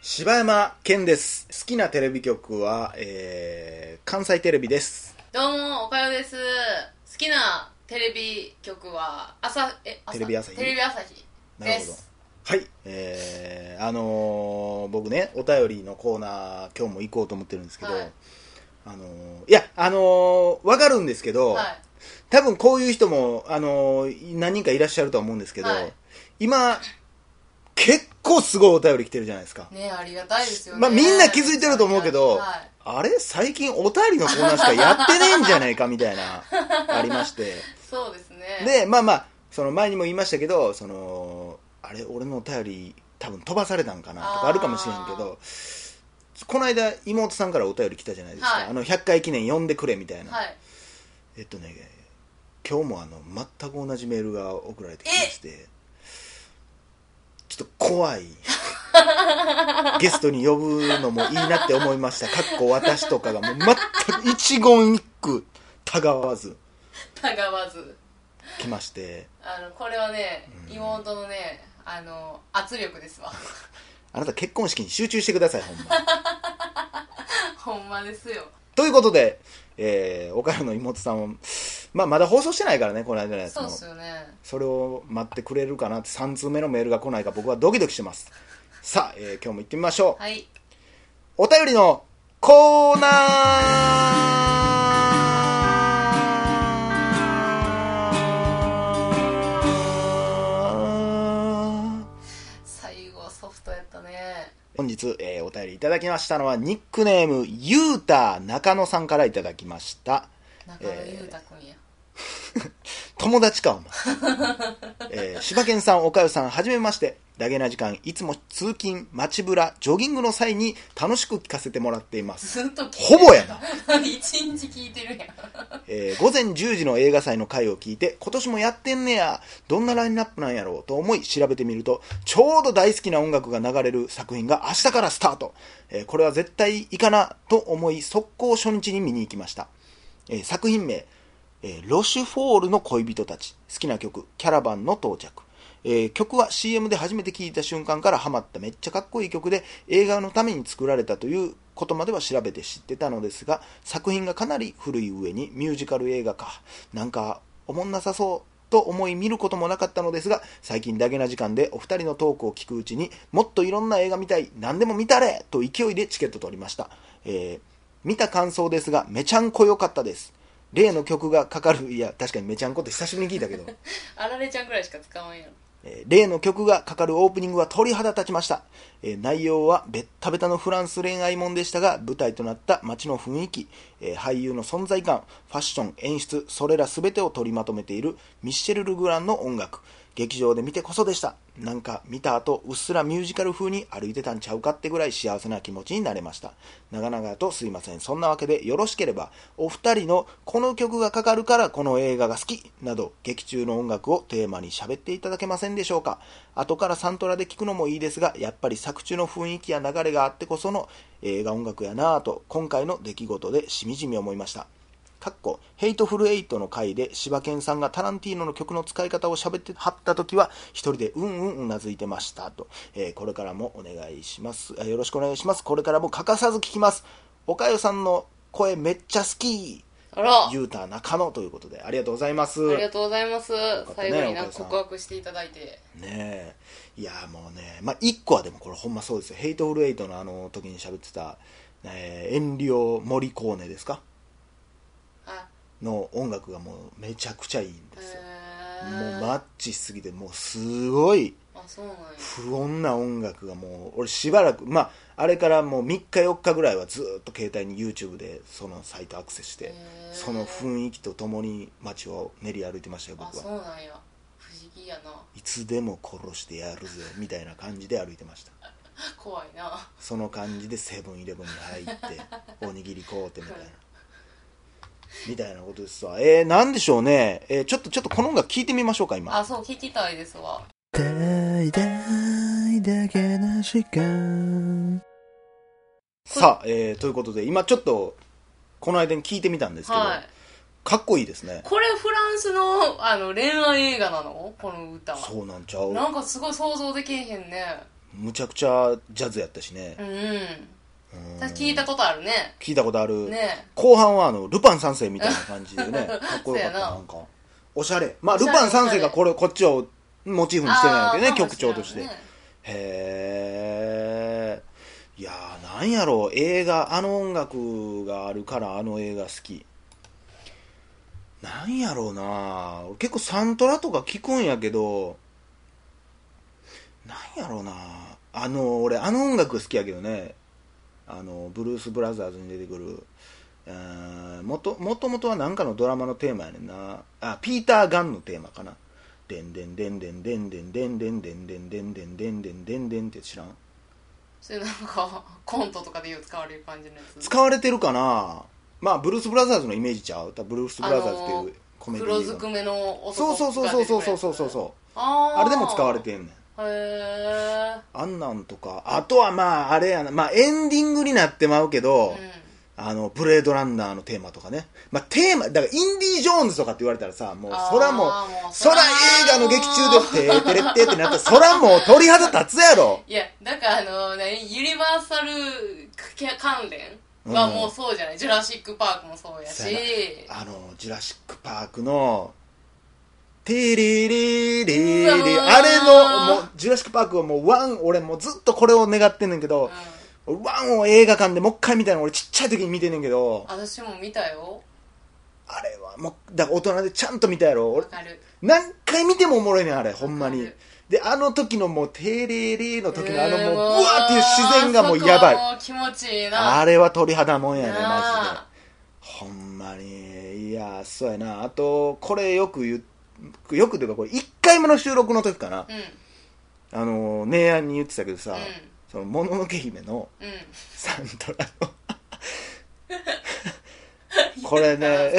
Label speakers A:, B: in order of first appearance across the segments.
A: 柴山健です好きなテレビ局は、えー、関西テレビです
B: どうも、おかよです。好きなテレビ局は、朝、え、
A: テレビ朝日
B: テレビ朝日
A: なる
B: で
A: ほど
B: す。
A: はいえー、あのー僕ねお便りのコーナー今日も行こうと思ってるんですけど、
B: はい
A: あのーいやあのーわかるんですけど、
B: はい。
A: 多分こういう人も、あのー何人かいらっしゃるとは思うんですけど、
B: はい
A: 今結構すごいお便り来てるじゃないですか
B: ねありがたいですよね。
A: まあみんな気づいてると思うけど
B: はい
A: あれ最近お便りのコーナーしかやってねえんじゃないかみたい なありまして
B: そうですね。
A: でまあまあその前にも言いましたけどそのあれ俺のお便り多分飛ばされたんかなとかあるかもしれんけどこの間妹さんからお便り来たじゃないですか、
B: はい
A: あの100回記念呼んでくれみたいな、
B: はい。
A: えっとね今日もあの全く同じメールが送られてきましてちょっと 怖いゲストに呼ぶのもいいなって思いましたかっこ私とかがもう全く一言一句たがわず
B: たがわず。
A: 来まして
B: あの、これはね、
A: うん
B: 妹のね、あの、圧力ですわ。
A: あなた結婚式に集中してくださいほんま
B: ほんまですよ。
A: ということで、えー、岡山の妹さんも、まあ、まだ放送してないからねこの間のやつ
B: そう
A: も
B: っすよね。
A: それを待ってくれるかなって3通目のメールが来ないか僕はドキドキしてますさあ、えー今日も行ってみましょう
B: はい。
A: お便りのコーナー
B: 最後、ソフトやったね。
A: 本日、えーお便りいただきましたのはニックネームゆうた中野さんからいただきました
B: 中野裕太くんや。
A: 友達かお前、えー、柴犬さんおかよさんはじめましてダゲな時間いつも通勤街ぶらジョギングの際に楽しく聞かせてもらっています
B: ずっと聞いて
A: ほぼやな
B: な。 一日聞いてるやん。
A: えー午前10時の映画祭の回を聞いて今年もやってんねやどんなラインナップなんやろうと思い調べてみるとちょうど大好きな音楽が流れる作品が明日からスタート、えーこれは絶対いいかなと思い速攻初日に見に行きました、えー作品名、えーロシュフォールの恋人たち」好きな曲「キャラバンの到着」えー曲は CM で初めて聴いた瞬間からハマっためっちゃかっこいい曲で映画のために作られたということまでは調べて知ってたのですが作品がかなり古い上にミュージカル映画かなんかおもんなさそうと思い見ることもなかったのですが最近だけな時間でお二人のトークを聞くうちにもっといろんな映画見たい何でも見たれと勢いでチケット取りました、えー見た感想ですがめちゃんこ良かったです例の曲がかかるいや確かにめちゃんこって久しぶりに聞いたけど
B: あられちゃんくらいしか使わんやろ。
A: えー例の曲がかかるオープニングは鳥肌立ちました、えー内容はベッタベタのフランス恋愛もんでしたが舞台となった街の雰囲気、えー俳優の存在感ファッション演出それら全てを取りまとめているミッシェル・ルグランの音楽劇場で見てこそでしたなんか見た後うっすらミュージカル風に歩いてたんちゃうかってぐらい幸せな気持ちになれました長々とすいませんそんなわけでよろしければお二人のこの曲がかかるからこの映画が好きなど劇中の音楽をテーマに喋っていただけませんでしょうか後からサントラで聞くのもいいですがやっぱり作中の雰囲気や流れがあってこその映画音楽やなぁと今回の出来事でしみじみ思いましたかっこヘイトフルエイトの回で柴犬さんがタランティーノの曲の使い方を喋ってはった時は一人でうんうんうなずいてましたと、えーこれからもお願いしますあよろしくお願いしますこれからも欠かさず聞きますおかよさんの声めっちゃ好き
B: あら。
A: ゆうた中野ということでありがとうございます
B: ありがとうございます。
A: かったね
B: 最後にな
A: お母さん
B: 告白していただいて。
A: ねえいやもうねまあ一個はでもこれほんまそうですよヘイトフルエイトのあの時に喋ってた、えー、エンリオ・モリコーネですか
B: あ、
A: の音楽がもうめちゃくちゃいいん
B: へ
A: ですよも
B: ー
A: うマッチしすぎてもうすごい
B: あ、そうなんや。
A: 不穏な音楽がもう俺しばらくまああれからもう3日4日ぐらいはずっと携帯に YouTube でそのサイトアクセスして
B: へー
A: その雰囲気とともに街を練り歩いてましたよ
B: あ、
A: 僕
B: そう
A: は
B: なんや。不思議やな。
A: いつでも殺してやるぜみたいな感じで歩いてました
B: 怖いな。
A: その感じでセブンイレブンに入って おにぎり買うてみたいなみたいなことですわえー、なんでしょうね、えーちょっとちょっとこの音楽聞いてみましょうか今
B: あ、そう、聞きたいですわ。
C: 大大だけな時間
A: さあ、えーということで今ちょっとこの間に聞いてみたんですけど、
B: はい。
A: かっこいいですね
B: これフランスのあの恋愛映画なのこの歌
A: そうなんちゃう
B: なんかすごい想像できへんね
A: むちゃくちゃジャズやったしね
B: う、ん
A: うん
B: 私聞いたことあるね
A: 聞いたことある、
B: ね
A: 後半はあのルパン三世みたいな感じで ねかっこよかった
B: そうやな
A: なんかおしゃれまあ
B: おしゃ
A: ル
B: れ
A: パン三世がこれこっちをモチーフにしてないわけね
B: あー
A: 曲調として、
B: かもれ
A: へえいやーなんやろう映画あの音楽があるからあの映画好きなんやろうな俺結構サントラとか聞くんやけどなんやろうなあの俺あの音楽好きやけどねあのブルース・ブラザーズに出てくるうーんもともともとは何かのドラマのテーマやねんなあピーター・ガンのテーマかな「でんでんでんでんでんでんでんでんでんでんでんでんでんでんでんでん」って知らん
B: それなんかコントとかでよく使われる感じのやつ
A: 使われてるかなまあブルース・ブラザーズのイメージちゃう多分ブルース・ブラザーズっていうコメディ
B: 黒ず
A: ー
B: く
A: の
B: めの
A: そ
B: 男
A: うそうそうそうそうそうそうそうう
B: あー
A: あれでも使われてんねん
B: へ
A: あんなんとかあとはまああれやなまあエンディングになってまうけど、
B: え、うん、
A: あの、ブレードランナーのテーマとかね。まあ、テーマ、だから、インディ・ジョーンズとかって言われたらさ、もう、
B: あー
A: 空も、
B: もう
A: 空映画の劇中で、てーてれってってなったら、空も鳥肌立つやろ。
B: いやなんかあの何ユニバーサル関連はもうそうじゃない、ジュラシック・パークもそうやし
A: そうやあの、ジュラシック・パークの、テレレレレ
B: うわー
A: あれの、もう、ジュラシック・パークはもう、ワン、俺もうずっとこれを願ってんねんけど、
B: う
A: 俺ワンを映画館でもう一回見たの俺ちっちゃい時に見てんねんけど、
B: ん、私も見たよ
A: あれはもう、だから大人でちゃんと見たやろ。
B: わ
A: 俺、
B: かる
A: 何回見てもおもろいねんあれほんま
B: わ
A: に
B: かる
A: であの時のもう「テレレ」の時のあのもう
B: えー
A: ブワーっていう自然がもうやばい
B: そこも気持ちいいな
A: あれは鳥肌もんやねマジで
B: なあ
A: ほんまにいやそうやなあとこれよく言うよくというかこれ1回目の収録の時かな
B: うん
A: あの姉やんに言ってたけどさ、
B: うん
A: そのもののけ姫の
B: うん
A: サントラの これね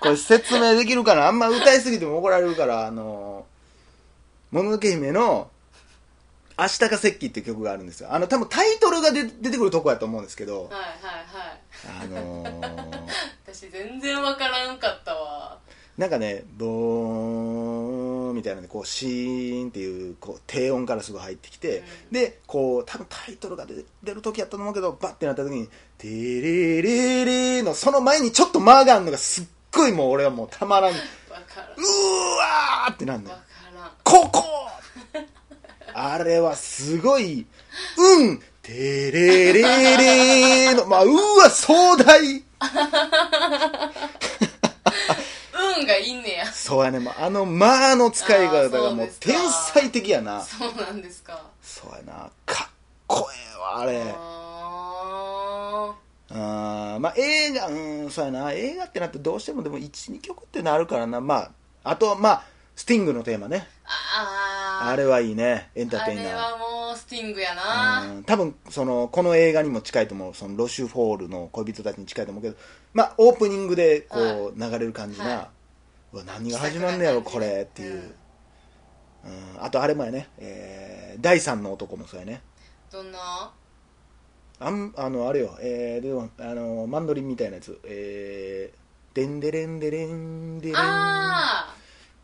A: これ説明できるかなあんま歌いすぎても怒られるからあの「もののけ姫」の「明日が石器」っていう曲があるんですよあの多分タイトルが出出てくるとこやと思うんですけど
B: はいはいはい
A: あのー
B: 私全然わからんかったわ
A: なんかね「ボーン」みたいなねこうシーンっていうこう低音からすごい入ってきて、
B: う
A: でこう多分タイトルが出て出る時やったと思うけどバッてなった時に「テレレレ」のその前にちょっと間があるのがすっごいもう俺はもうたまらんう
B: わから
A: ーわーってなん
B: ん
A: のよ
B: わからん
A: ここあれはすごい、うん、てれれれーの、まあ、うわ、壮大
B: 運がいいんねや
A: そうやね、もうあの、まあの使い方
B: あー
A: が
B: そう
A: もう
B: ですか
A: 天才的やな。
B: そうなんですか
A: そうやな、かっこええわ、あれ。
B: あ
A: あーまあ、映画、うん、そうやな、映画ってなってどうしてもでも1、2曲ってなるからな、まあ、あとはまあ、スティングのテーマね。
B: ーあー
A: あれはいいね、エンター
B: あ
A: テイナー。
B: れはもうスティングやな
A: うん多分そのこの映画にも近いと思うそのロシュフォールの恋人たちに近いと思うけど、まあ、オープニングでこう流れる感じな、
B: は
A: うわ何が始まんねやろ
B: 気
A: こ
B: さくな感じ
A: れっていう、うんあとあれもやね、えー第三の男もそうやね
B: どんな
A: あんあのあれよ、えーでもあのマンドリンみたいなやつ、えー、でんでれんでれんでれんあ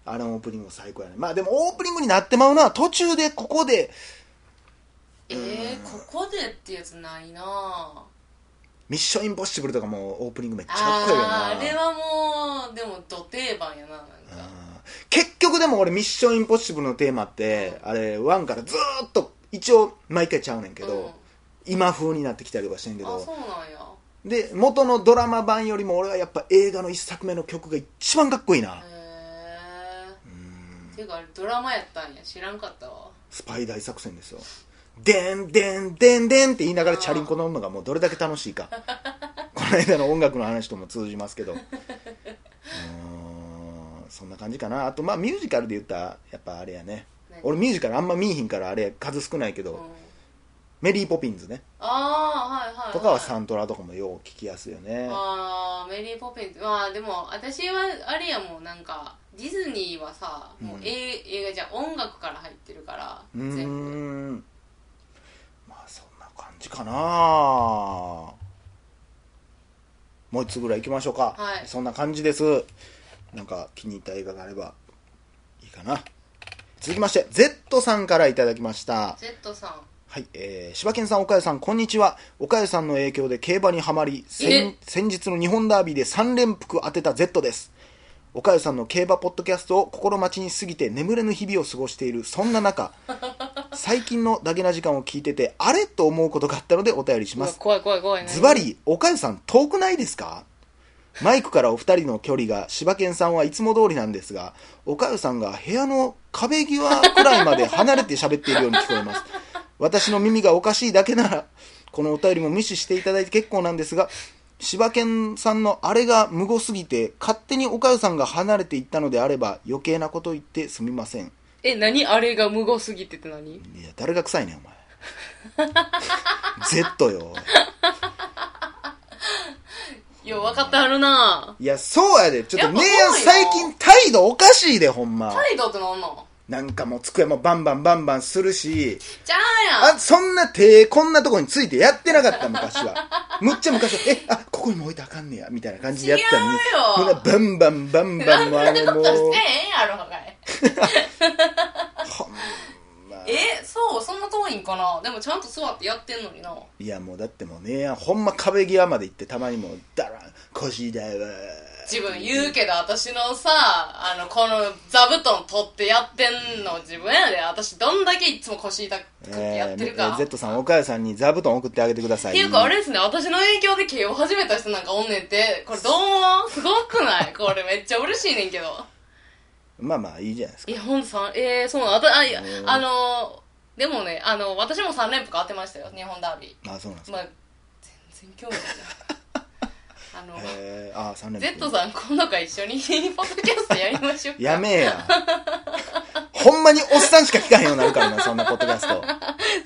B: あ
A: のオープニングも最高やねまあでもオープニングになってまうな途中でここで
B: ーえー、ここでってやつないな
A: 「ミッションインポッシブル」とかもオープニングめっちゃかっこいいよな
B: あーあれはもうでも土定番やななんか
A: 結局でも俺「ミッションインポッシブル」のテーマって、あれ1からずーっと一応毎回ちゃうねんけど、
B: うん
A: 今風になってきたりとかしてんけ
B: あそ
A: ど
B: うなんや
A: で元のドラマ版よりも俺はやっぱ映画の一作目の曲が一番かっこいいな、
B: へえ
A: うん
B: ていうかあれドラマやったんや知らんかったわ
A: スパイ大作戦ですよでんでんでんでんって言いながらチャリンコ乗るのがもうどれだけ楽しいかこの間の音楽の話とも通じますけどうーんそんな感じかなあとまあミュージカルで言ったらやっぱあれやね
B: ね
A: 俺ミュージカルあんま見えひんからあれ数少ないけど、
B: うん
A: メリー・ポピンズね
B: ああーはいはい、はい、
A: とかはサントラとかもよう聞きやすいよね
B: あーメリー・ポピンズまあでも私はあれやもうなんかディズニーはさもう、
A: うん
B: え映画じゃ音楽から入ってるから
A: うー
B: 全部
A: んまあそんな感じかなもう一つぐらい行きましょうか、
B: はい
A: そんな感じですなんか気に入った映画があればいいかな続きまして Z さんからいただきました
B: ジェットさん
A: はい、えー、柴犬さん、岡谷さん、こんにちは。岡谷さんの影響で競馬にはまり、先
B: え
A: 先日の日本ダービーで3連服当てた Z です。岡谷さんの競馬ポッドキャストを心待ちに過ぎて眠れぬ日々を過ごしている、そんな中、最近のダゲな時間を聞いてて、あれと思うことがあったのでお便りし
B: う
A: ま
B: わ
A: す。
B: 怖い怖い怖い
A: ズバ
B: 何
A: リ、岡谷さん遠くないですかマイクからお二人の距離が柴犬さんはいつも通りなんですが、岡谷さんが部屋の壁際くらいまで離れて喋っているように聞こえます。私の耳がおかしいだけなら、このお便りも無視していただいて結構なんですが、柴犬さんのあれが無語すぎて、勝手に岡谷さんが離れていったのであれば、余計なこと言ってすみません。
B: え何あれが無語すぎてって
A: い
B: 何
A: や、誰が臭いねん、お前。Z よ。
B: いや分かってはるない
A: や、そうやで。ちょっと、姉
B: や
A: や
B: っ
A: ん
B: ぱそう
A: 最
B: よ
A: 近態度おかしいで、ほんま。
B: 態度ってなんなん
A: なんかもう机もバンバンバンバンするし、
B: じゃあやん
A: あ、そんな手、こんなとこについてやってなかった、昔は。 むっちゃ昔は、え、あ、ここにも置いてあかんねや、みたいな感じでやってたのに
B: 違うよ
A: ほんなバンバンバンバンもうあの、もう、
B: してへんやろがいえそうそんな遠いんかなでもちゃんと座ってやってんのにない
A: や、もうだってもうねやん、ほんま壁際まで行って、たまにもう、だらん、腰だわ。
B: 自分言うけど私のさあのこの座布団取ってやってんの自分やで私どんだけいつも腰痛くてやってるか、
A: えー Z さん、岡谷さんに座布団送ってあげてください。
B: っていうかあれですね私の影響で慶応始めた人なんかおんねんってこれどうもすごくないこれめっちゃ嬉しいねんけど
A: まあまあ、いいじゃないですか。
B: いやほんとさんえー、そうなのあたあいやあのでもねあの私も3連服当てましたよ日本ダービ
A: まあ、そうなんです
B: ー
A: か。
B: まあ全然興味ない なあの
A: えー、あー、3連
B: Z さん今度から一緒にポッドキャストやりましょうか
A: やめえや。ほんまにおっさんしか聞かへんようになるからな、そんなポッドキャスト。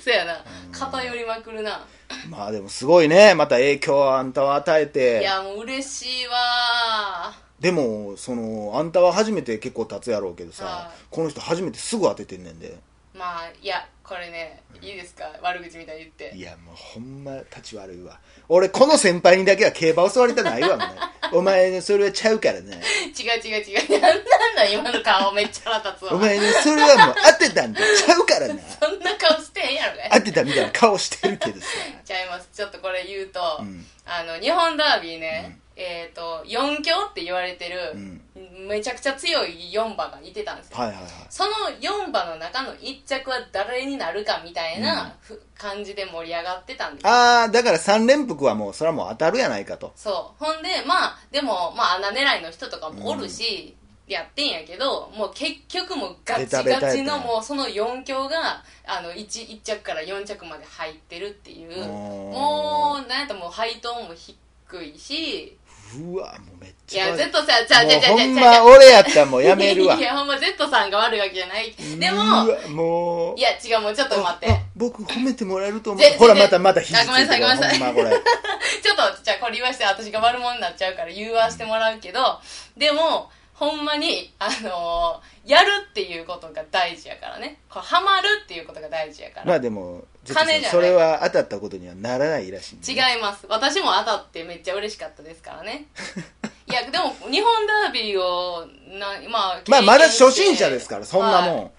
B: そうやな偏りまくるな
A: まあでもすごいね、また影響をあんたは与え
B: い
A: て。
B: やもう嬉しいわ
A: でも、その、あんたは初めて結構経つやろうけどさ
B: は、
A: この人初めてすぐ当ててんねんで。
B: ーまあいやこれねいいですか悪口みたいに言って
A: いや、もうほんま立ち悪いわ。俺、この先輩にだけは競馬教わりたないわ、も うお前ね、それはちゃうからね。
B: 違う違う違う なんなんだ今の顔めっちゃ腹立つわ
A: お前ね、それはもう当てたんだ。ちゃうからな。
B: そんな顔してへんやろね
A: 当てたみたいな顔してるけどさ。
B: ちゃいますちょっとこれ言うと、
A: ん
B: あの日本ダービーね、えっ、と4強って言われてる、めちゃくちゃ強い4馬がいてたんですよ
A: はいはいはい。
B: その4馬の中の1着は誰になるかみたいなふ、感じで盛り上がってたんですよ
A: あー、だから3連服はもう、それはもう当たるやないかと。
B: そうほんでまあでもまあ穴狙いの人とかもおるし、やってんやけどもう結局もうガチ
A: ベタベタや
B: ガ
A: った
B: チ
A: んや
B: のもうその4強があの 1, 1着から4着まで入ってるっていう
A: ー
B: もうなんやったらもう配当も低いし
A: うわ、もうめっ
B: い
A: ちゃ悪
B: や
A: い。
B: Z さんちゃうちゃうちゃ
A: も
B: う
A: うほ
B: ちゃうんちゃ
A: ま
B: う
A: 俺やったらもうやめるわ
B: いやほんま Z さんが悪いわけじゃないで
A: う
B: も
A: わもう
B: いや違うもうちょっと待って
A: あ僕褒めてもらえると思
B: ぜ
A: うほら
B: ぜぜ
A: またまた肘ついて
B: あごめんなさいごめんなさい
A: ほんまこれ
B: ちょっと、じゃあこれ言わして、私が悪者になっちゃうから言わしてもらうけど、でも、ほんまに、あのーやるっていうことが大事やからね。これハマるっていうことが大事やから。
A: まあでも
B: 金じゃない
A: それは当たったことにはならないらしいんでね、
B: 違います。私も当たってめっちゃ嬉しかったですか らね。いや、でも、日本ダービーを、な、まあ、
A: まあまだ
B: 経験して
A: 初心者ですからそんなもん、
B: はい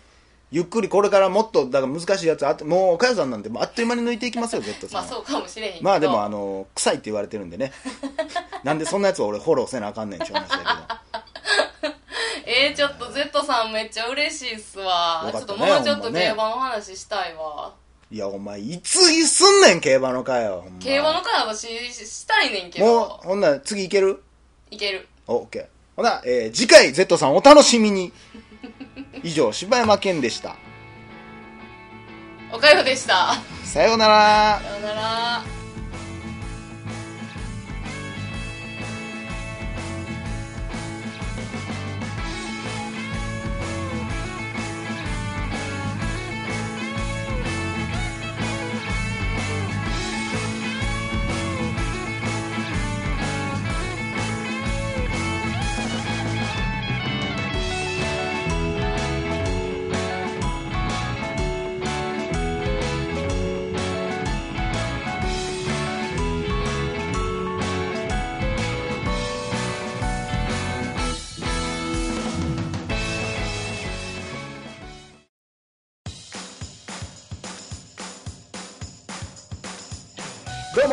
A: ゆっくりこれからもっとだから難しいやつあってもう岡谷さんなんてもうあっという間に抜いていきますよ Z さ
B: ま
A: ん
B: あ、
A: は
B: そうかもしれへんけど。
A: まあでもあの臭いって言われてるん でねなんでそんなやつを俺フォローせなあかんねんっていう話だ
B: えー、ちょっと Z さんめっちゃ嬉しいっすわ。
A: よ
B: ち
A: か
B: ょ
A: っ
B: ったと
A: ね
B: もうちょっ
A: ほ
B: と
A: んまね
B: 競馬の話したいわ。
A: けどいやお前いついすんねん競馬の会よ、ほんま
B: 競馬の会私ししたいねんけ
A: も
B: ど
A: う。ほんなら次いける
B: いける。
A: お、オッケー。ほな、えー次回 Z さんお楽しみに。以上、柴山健でした。
B: おかよでした。
A: さようなら。
B: さよなら。
A: どう